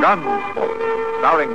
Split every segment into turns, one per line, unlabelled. Gunsmoke, starring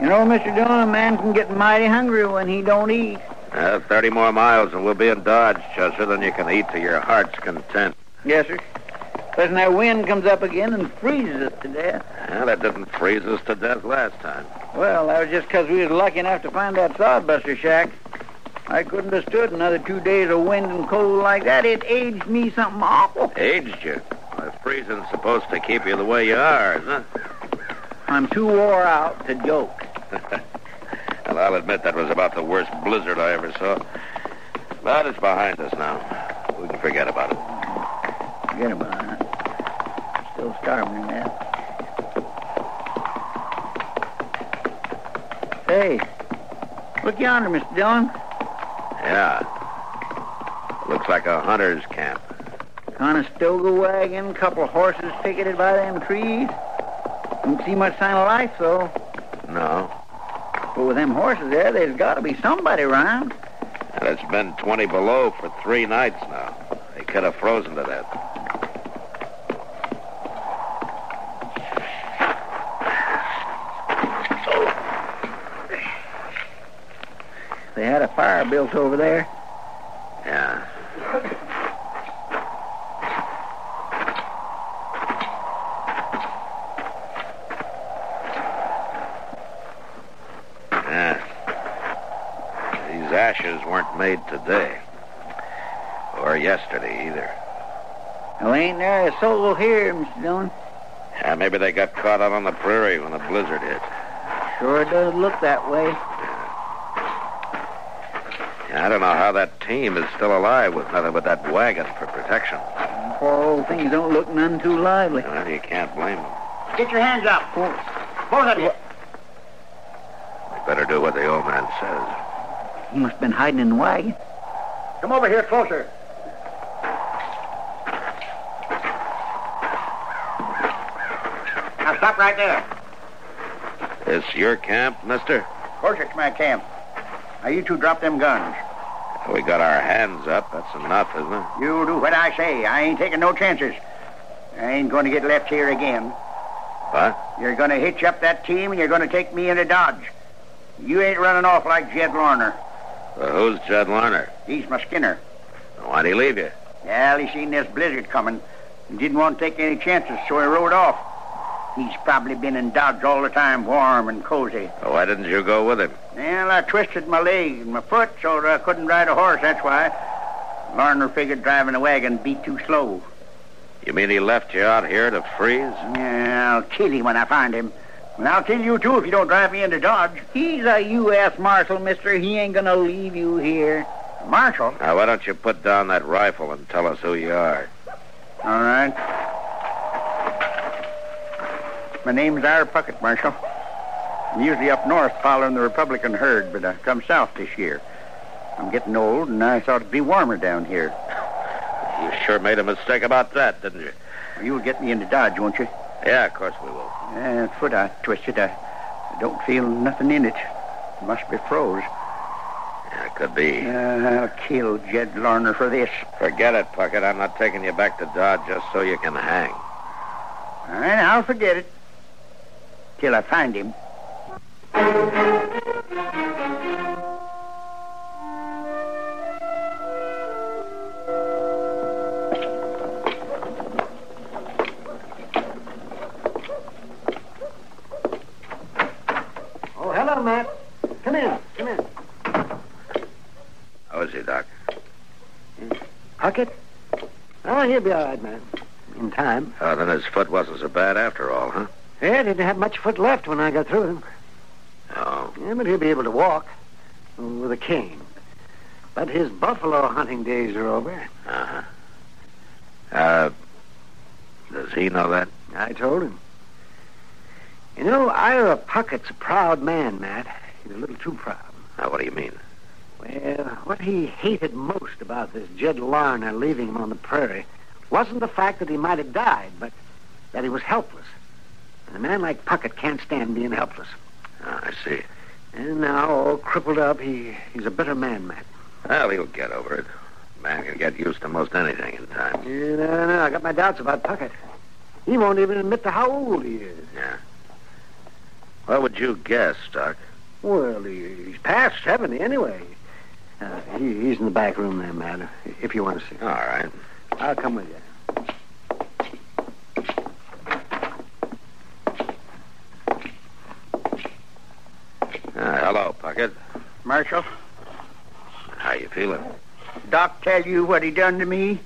You know, Mr. Dillon, a man can get mighty hungry when he don't eat.
Uh, 30 more miles and we'll be in Dodge, Chester, than you can eat to your heart's content.
Yes, sir. Listen, that wind comes up again and freezes us to death.
Well, that didn't freeze us to death last time.
Well, that was just 'cause we was lucky enough to find that sodbuster shack. I couldn't have stood another two days of wind and cold like that. It aged me something awful.
Aged you. Well, freezing's supposed to keep you the way you are, isn't it?
I'm too wore out to joke.
Well, I'll admit that was about the worst blizzard I ever saw. But it's behind us now. We can forget about it.
Forget about it. Still starving, man. Hey, look yonder, Mr. Dillon.
Yeah. Looks like a hunter's camp.
Conestoga wagon, couple horses picketed by them trees. Don't see much sign of life, though.
No.
But with them horses there, there's got to be somebody around.
And it's been 20 below for three nights now. They could have frozen to death.
They had a fire built over there.
Yeah. Yeah. These ashes weren't made today. Or yesterday either.
Well, ain't there a soul here, Mr. Dillon?
Yeah, maybe they got caught out on the prairie when the blizzard hit.
Sure does look that way.
I don't know how that team is still alive with nothing but that wagon for protection.
Poor old things don't look none too lively.
Well, you can't blame them.
Get your hands up. Both of you.
They better do what the old man says.
He must have been hiding in the wagon.
Come over here closer. Now stop right there.
It's your camp, mister?
Of course it's my camp. Now you two drop them guns.
We got our hands up. That's enough, isn't it?
You do what I say. I ain't taking no chances. I ain't going to get left here again.
What?
You're going to hitch up that team and you're going to take me into Dodge. You ain't running off like Jed Larner.
Well, who's Jud Larner?
He's my skinner.
Why'd he leave you?
Well, he seen this blizzard coming and didn't want to take any chances, so he rode off. He's probably been in Dodge all the time, warm and cozy.
Well, why didn't you go with him?
Well, I twisted my leg and my foot, so that I couldn't ride a horse, that's why. Larner figured driving a wagon be too slow.
You mean he left you out here to freeze?
Yeah, I'll kill him when I find him. And I'll kill you, too, if you don't drive me into Dodge.
He's a U.S. Marshal, mister. He ain't gonna leave you here.
Marshal?
Now, why don't you put down that rifle and tell us who you are?
All right. My name's Ira Puckett, Marshal. I'm usually up north following the Republican herd, but I come south this year. I'm getting old, and I thought it'd be warmer down here.
You sure made a mistake about that, didn't you?
You'll get me into Dodge, won't you?
Yeah, of course we will.
That foot I twisted, I, I don't feel nothing in it. Must be froze.
Yeah, could be.
Uh, I'll kill Jed Larner for this.
Forget it, Puckett. I'm not taking you back to Dodge just so you can hang.
All right, I'll forget it. Till I find him.
Oh, Ah, he'll be all right, man. In time.
Uh, then his foot wasn't so bad after all, huh?
Yeah, didn't have much foot left when I got through with him.
Oh.
Yeah, but he'll be able to walk with a cane. But his buffalo hunting days are over.
Uh-huh. Uh, does he know that?
I told him. You know, Ira Puckett's a proud man, Matt. He's a little too proud.
Now, Uh, what do you mean?
Well, what he hated most about this Jed Larner leaving him on the prairie wasn't the fact that he might have died, but that he was helpless. And a man like Puckett can't stand being helpless.
Ah, I see.
And now, all crippled up, he, he's a better man, Matt.
Well, he'll get over it. Man can get used to most anything in time.
You know, uh, no, I got my doubts about Puckett. He won't even admit to how old he is.
Yeah. What would you guess, Doc?
Well, he, he's past 70 anyway. Uh, he, he's in the back room there, Matt, if you want to see him.
All right.
I'll come with you.
Ah, hello, Puckett.
Marshal,
How you feeling?
Doc tell you what he done to me?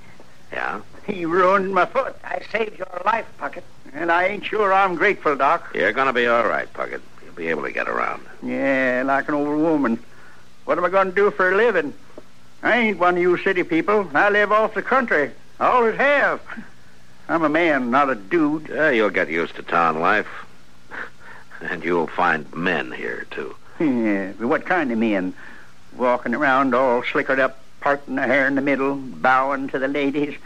Yeah?
He ruined my foot. I saved your life, Puckett. And I ain't sure I'm grateful, Doc.
You're gonna be all right, Puckett. You'll be able to get around.
Yeah, like an old woman. What am I going to do for a living? I ain't one of you city people. I live off the country. I always have. I'm a man, not a dude.
Yeah, you'll get used to town life. and you'll find men here, too.
Yeah, but what kind of men? Walking around all slickered up, parting their hair in the middle, bowing to the ladies.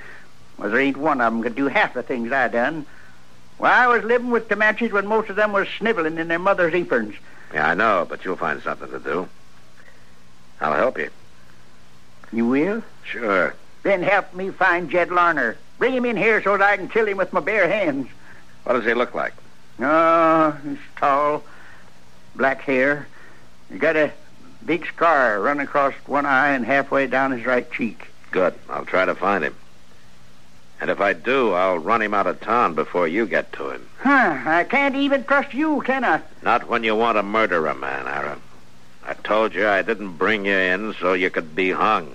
Well, there ain't one of 'em could do half the things I done. Why, I was living with Comanches when most of them was sniveling in their mother's aprons.
Yeah, I know, but you'll find something to do. I'll help you.
You will?
Sure.
Then help me find Jed Larner. Bring him in here so that I can kill him with my bare hands.
What does he look like?
Oh, he's tall, black hair. He got a big scar run across one eye and halfway down his right cheek.
Good. I'll try to find him. And if I do, I'll run him out of town before you get to him.
Huh, I can't even trust you, can I?
Not when you want to murder a man, Aaron. I told you I didn't bring you in so you could be hung.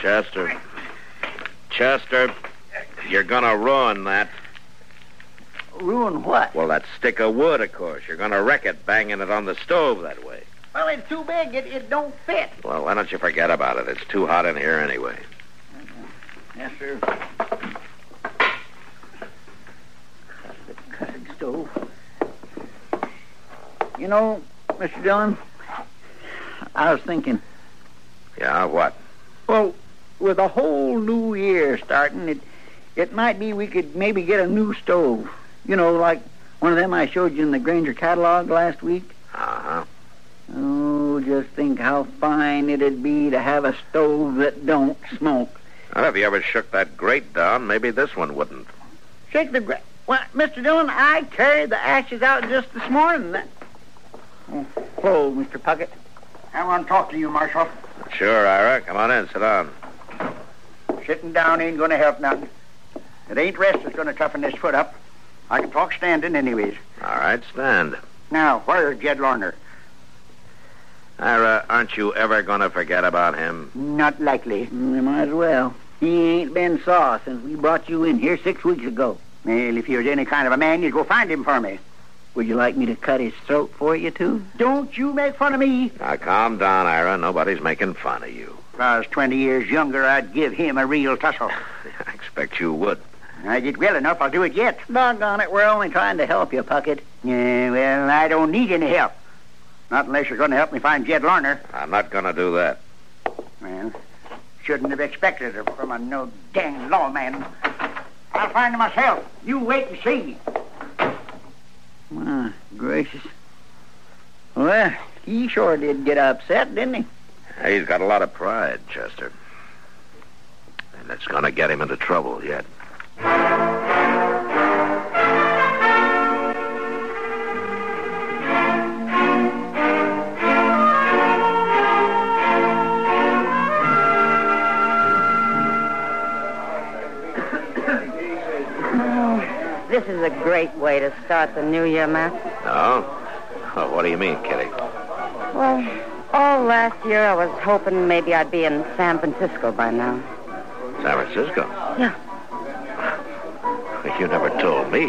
Chester. Chester, you're gonna ruin that.
Ruin what?
Well, that stick of wood, of course. You're gonna wreck it banging it on the stove that way.
Well, it's too big. It, it don't fit.
Well, why don't you forget about it? It's too hot in here anyway.
Yes, sir. Cutting stove. You know, Mr. Dillon, I was thinking,
Yeah, what?
well, with a whole new year starting, it it might be we could maybe get a new stove. You know, like one of them I showed you in the Granger catalog last week.
Uh-huh.
Oh, just think how fine it'd be to have a stove that don't smoke.
Well, if you ever shook that grate down, maybe this one wouldn't.
Shake the gra- Well, Mr. Dillon, I carried the ashes out just this morning. That... Hello, Mr. Puckett. I want to talk to you, Marshal.
Sure, Ira. Come on in. Sit down.
Sitting down ain't going to help nothing. It ain't rest that's going to toughen this foot up. I can talk standing anyways.
All right, stand.
Now, where's Jed Larner?
Ira, aren't you ever going to forget about him?
Not likely. We Mm, might as well. He ain't been saw since we brought you in here six weeks ago. Well, if you was any kind of a man, you'd go find him for me. Would you like me to cut his throat for you, too? Don't you make fun of me.
Now, calm down, Ira. Nobody's making fun of you.
If I was 20 years younger, I'd give him a real tussle.
I expect you would.
I did well enough. I'll do it yet. Doggone it. We're only trying to help you, Puckett. Yeah, well, I don't need any help. Not unless you're going to help me find Jed Larner.
I'm not going to do that.
Well, shouldn't have expected it from a no dang lawman. I'll find him myself. You wait and see. My gracious. Well, he sure did get upset, didn't he?
He's got a lot of pride, Chester. And it's going to get him into trouble yet.
This is a great way to start the new year, Matt.
No? Oh, what do you mean, Kitty?
Well, all last year I was hoping maybe I'd be in San Francisco by now.
San Francisco?
Yeah.
You never told me.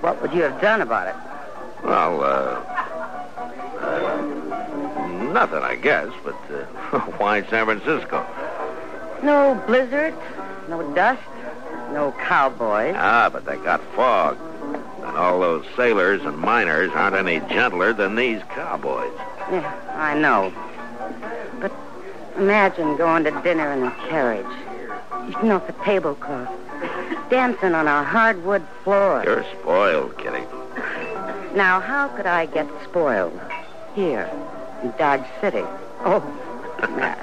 What would you have done about it?
Well, uh, uh, nothing, I guess. But uh, why San Francisco?
No blizzard, no dust, no cowboys.
Ah, but they got fog, and all those sailors and miners aren't any gentler than these cowboys.
Yeah, I know. But imagine going to dinner in a carriage, eating off a tablecloth, dancing on a hardwood floor.
You're spoiled, Kitty.
Now, how could I get spoiled here in Dodge City? Oh, Matt.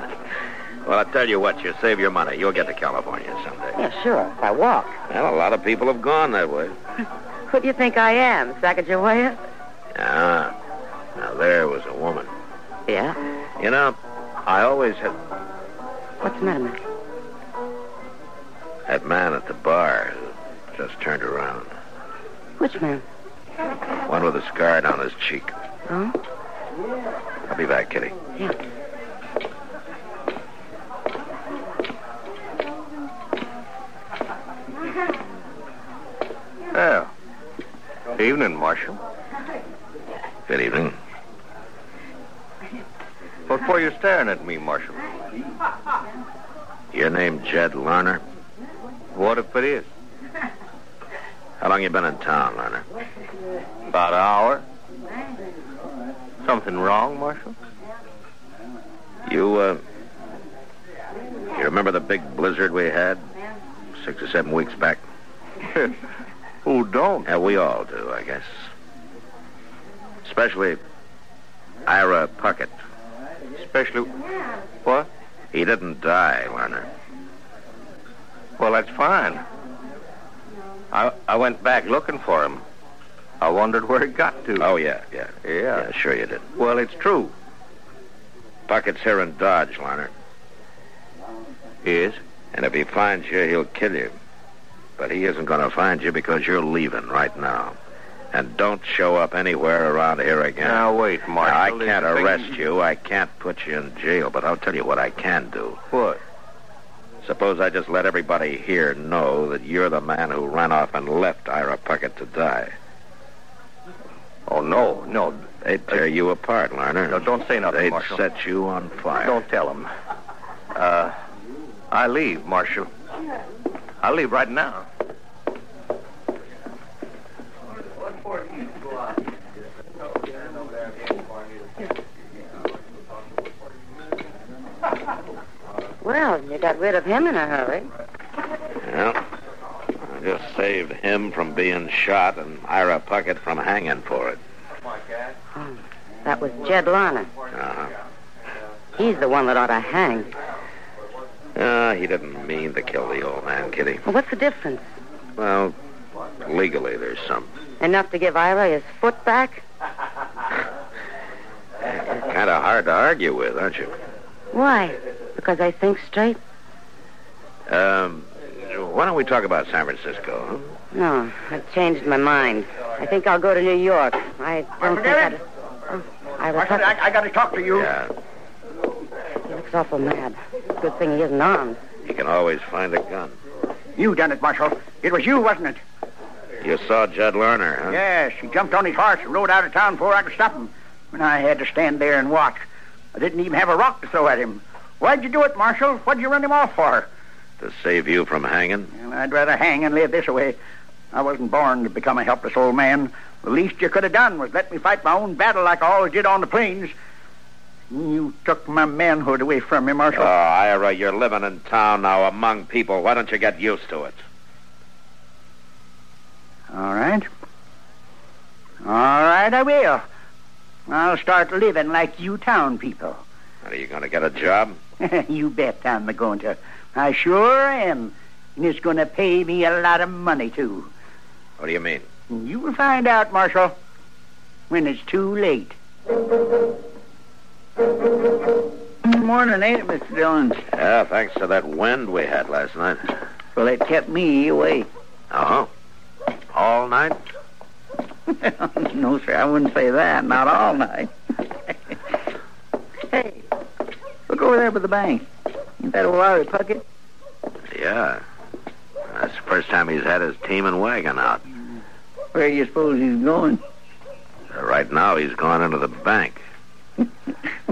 Well, I tell you what, you save your money. You'll get to California someday.
Yeah, sure, if I walk.
Well, a lot of people have gone that way.
Who do you think I am, Sacagawea?
Ah, now there was a woman.
Yeah?
You know, I always had
What's the matter, Matt?
that man at the bar who just turned around.
Which man?
One with a scar down his cheek.
Huh?
I'll be back, Kitty.
Well, evening, Marshal.
Good evening.
What for you staring at me, Marshal?
Your name Jed Lerner?
What if it is?
How long you been in town, Lerner?
About an hour. Something wrong, Marshal?
You, uh... You remember the big blizzard we had? Six or seven weeks back?
Who don't?
Yeah, we all do, I guess. Especially Ira Puckett.
Especially. What?
He didn't die, Lerner.
Well, that's fine. I, I went back looking for him. I wondered where he got to.
Oh, yeah, yeah.
yeah.
Yeah, sure you did.
Well, it's true.
Puckett's here in Dodge, Lerner.
Is?
And if he finds you, he'll kill you. But he isn't going to find you because you're leaving right now. And don't show up anywhere around here again.
Now, wait,
Now, I
Marshal.
can't
this thing-
arrest you. I can't put you in jail. But I'll tell you what I can do.
What?
Suppose I just let everybody here know that you're the man who ran off and left Ira Puckett to die.
Oh, no, no.
They'd tear you apart, Lerner.
Uh, No, don't say nothing,
They'd
Marshal.
set you on fire.
Don't tell him. Uh, I leave, Marshal. I leave right now.
Well, you got rid of him in a hurry.
Well, I just saved him from being shot and Ira Puckett from hanging for it.
That was Jed Lerner.
Uh-huh.
He's the one that ought to hang.
Uh, he didn't mean to kill the old man, Kitty.
Well, what's the difference?
Well, legally, there's some.
Enough to give Ira his foot back?
Kind of hard to argue with, aren't you?
Why? Because I think straight?
Um, why don't we talk about San Francisco? huh?
No, I've changed my mind. I think I'll go to New York. I don't think
forget
I'd... Oh, Ira
Marshal,
Puckett,
I got to talk to you.
Yeah,
he looks awful mad. Good thing he isn't armed.
you can always find a gun.
You done it, Marshal. It was you, wasn't it?
You saw Jud Lerner, huh?
Yes, he jumped on his horse and rode out of town before I could stop him. And I had to stand there and watch. I didn't even have a rock to throw at him. Why'd you do it, Marshal? What'd you run him off for?
To save you from hanging?
Well, I'd rather hang and live this way. I wasn't born to become a helpless old man. The least you could have done was let me fight my own battle like I always did on the plains. You took my manhood away from me,
Oh,
Marshal.
Ira, you're living in town now among people. Why don't you get used to it?
All right. All right, I will. I'll start living like you town people.
Are you going to get a job?
you bet I'm going to. I sure am. And it's going to pay me a lot of money, too.
What do you mean?
You will find out, Marshal, when it's too late.
Morning, ain't it, Mr. Dillon?
Yeah, thanks to that wind we had last night.
Well, it kept me awake.
Uh huh. All night?
no, sir, I wouldn't say that. Not all night. hey, look over there by the bank. Ain't that old Larry Puckett?
Yeah. That's the first time he's had his team and wagon out.
Where do you suppose he's going?
Uh, Right now, he's gone into the bank.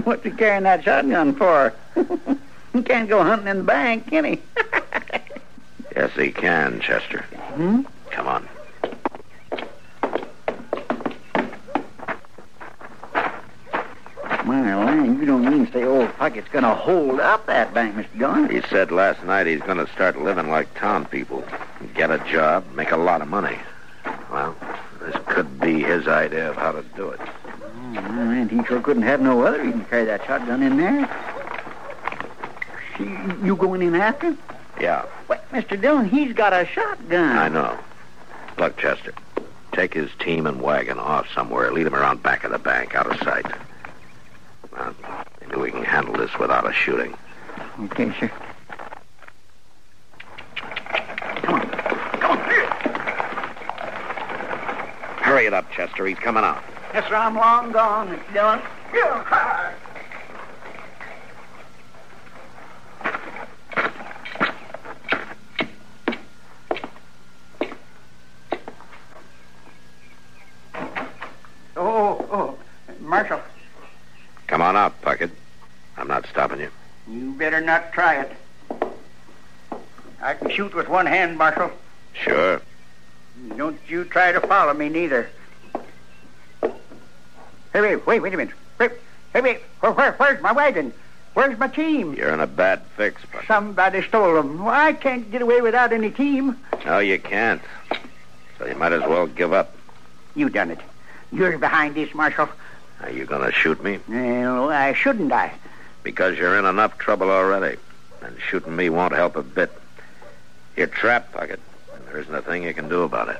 What's he carrying that shotgun for? he can't go hunting in the bank, can he?
Yes, he can, Chester.
Hmm?
Come on.
My land, you don't mean to say old Puckett's going to hold up that bank, Mr. Dillon.
He said last night he's going to start living like town people. Get a job, make a lot of money. Well, this could be his idea of how to do it.
Oh, And he sure couldn't have no other. He can carry that shotgun in there. She, you going in after him?
Yeah,
Wait, Mr. Dillon, he's got a shotgun.
I know. Look, Chester, take his team and wagon off somewhere. Lead him around back of the bank, out of sight. Now, maybe we can handle this without a shooting.
Okay, sure.
Hurry it up, Chester. He's coming out.
Yes, sir, I'm long gone, Mr. Dillon. Oh, oh, Marshal,
Come on out, Puckett. I'm not stopping you.
you better not try it. I can shoot with one hand, Marshal.
Sure.
Don't you try to follow me neither. Hey, wait, wait, wait a minute. Wait, hey, wait, where, where, where's my wagon? Where's my team?
You're in a bad fix, Puckett.
Somebody stole them. Well, I can't get away without any team.
No, you can't. So you might as well give up.
You done it. You're behind this, Marshal.
Are you going to shoot me?
Well, I shouldn't I?
Because you're in enough trouble already. And shooting me won't help a bit. You're trapped, Puckett. And there isn't a thing you can do about it.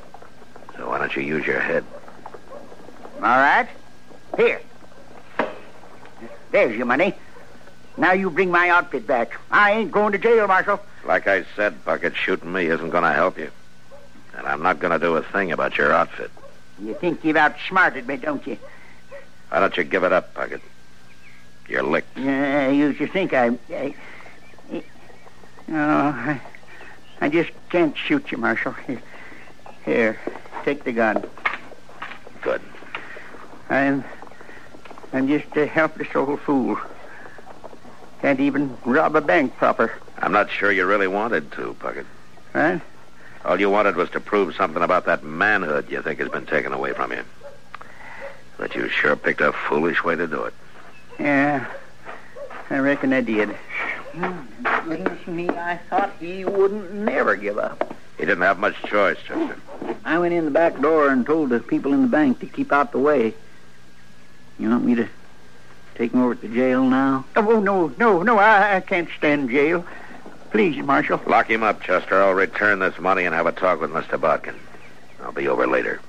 So why don't you use your head?
All right. Here. There's your money. Now you bring my outfit back. I ain't going to jail, Marshal.
Like I said, Puckett, shooting me isn't going to help you. And I'm not going to do a thing about your outfit.
You think you've outsmarted me, don't you?
Why don't you give it up, Puckett? You're licked.
Yeah, you should think I. I I- no, I, I just can't shoot you, Marshal. Here, here, take the gun.
Good.
I'm, I'm just a helpless old fool. Can't even rob a bank proper,
I'm not sure you really wanted to, Puckett.
right?
All you wanted was to prove something about that manhood you think has been taken away from you. But you sure picked a foolish way to do it.
Yeah, I reckon I did. Goodness me, I thought he wouldn't never give up.
You didn't have much choice, Chester.
I went in the back door and told the people in the bank to keep out the way. You want me to take him over to jail now? Oh, no, no, no, I, I can't stand jail. Please, Marshal.
Lock him up, Chester. I'll return this money and have a talk with Mr. Bodkin. I'll be over later.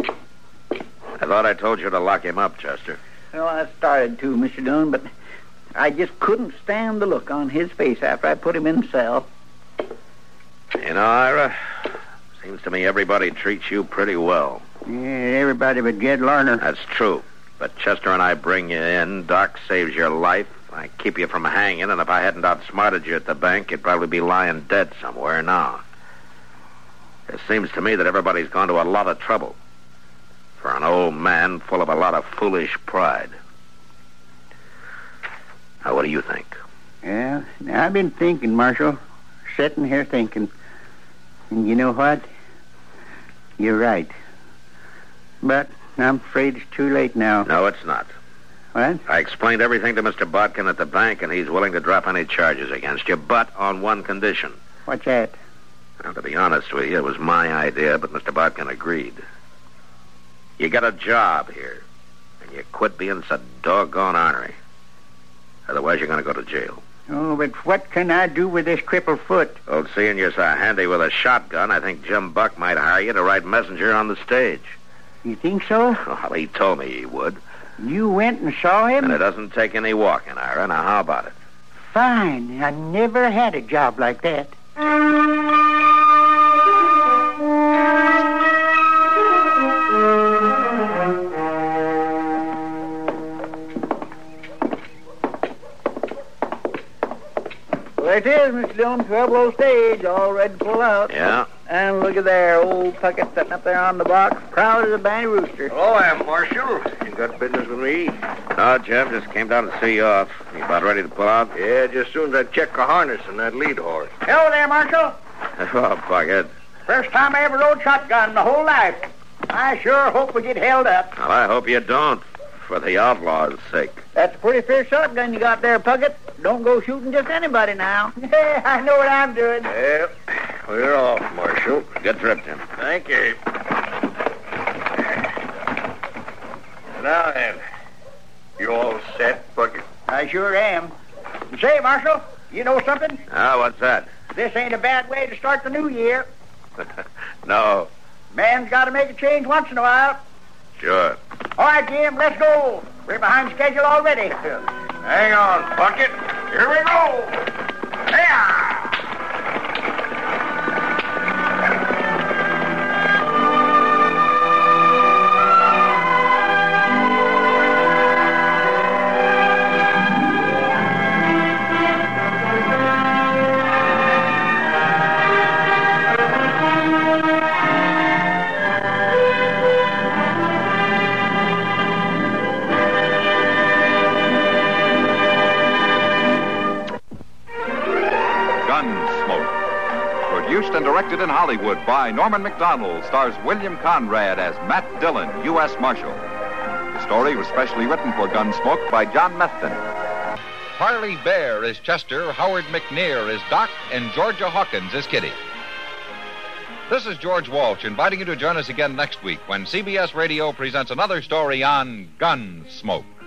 I thought I told you to lock him up, Chester.
Well, I started to, Mr. Dillon, but I just couldn't stand the look on his face after I put him in the cell.
You know, Ira, seems to me everybody treats you pretty well.
Yeah, everybody but Jed Lerner.
That's true. But Chester and I bring you in. Doc saves your life. I keep you from hanging, and if I hadn't outsmarted you at the bank, you'd probably be lying dead somewhere now. It seems to me that everybody's gone to a lot of trouble for an old man full of a lot of foolish pride. Now, what do you think?
Yeah, now, I've been thinking, Marshal. Sitting here thinking. And you know what? You're right. But I'm afraid it's too late now.
No, it's not.
What?
I explained everything to Mr. Bodkin at the bank, and he's willing to drop any charges against you, but on one condition.
What's that?
Now, to be honest with you, it was my idea, but Mr. Bodkin agreed. You get a job here, and you quit being so doggone ornery. Otherwise, you're going to go to jail.
Oh, but what can I do with this crippled foot?
Old seeing you're so handy with a shotgun, I think Jim Buck might hire you to ride messenger on the stage.
You think so?
Well, he told me he would.
You went and saw him?
And it doesn't take any walking, Ira. Now, how about it?
Fine. I never had a job like that. There it is, Mr. Dillon. 12 old stage, all ready to pull out.
Yeah.
And look at there, old Puckett sitting up there on the box, proud as a banty rooster.
Hello, I'm Marshal. You got business with me? No, Jim. Just came down to see you off. You about ready to pull out? Yeah, just as soon as I check the harness and that lead horse.
Hello there, Marshal.
oh, Bucket.
First time I ever rode shotgun in the whole life. I sure hope we get held up.
Well, I hope you don't, for the outlaw's sake.
That's a pretty fierce shotgun you got there, Puckett. Don't go shooting just anybody now. I know what I'm doing.
Well, we're off, Marshal. Good trip, Jim. Thank you. Now then, you all set, Bucket?
I sure am. Say, Marshal, you know something?
Ah, what's that?
This ain't a bad way to start the new year.
no,
Man's got to make a change once in a while.
sure.
All right, Jim, let's go. We're behind schedule already.
Hang on, Bucket. Here we go.
Gunsmoke. Produced and directed in Hollywood by Norman McDonald, stars William Conrad as Matt Dillon, U.S. Marshal. The story was specially written for Gunsmoke by John Meston. Harley Bear is Chester, Howard McNear is Doc, and Georgia Hawkins is Kitty. This is George Walsh inviting you to join us again next week when CBS Radio presents another story on Gunsmoke.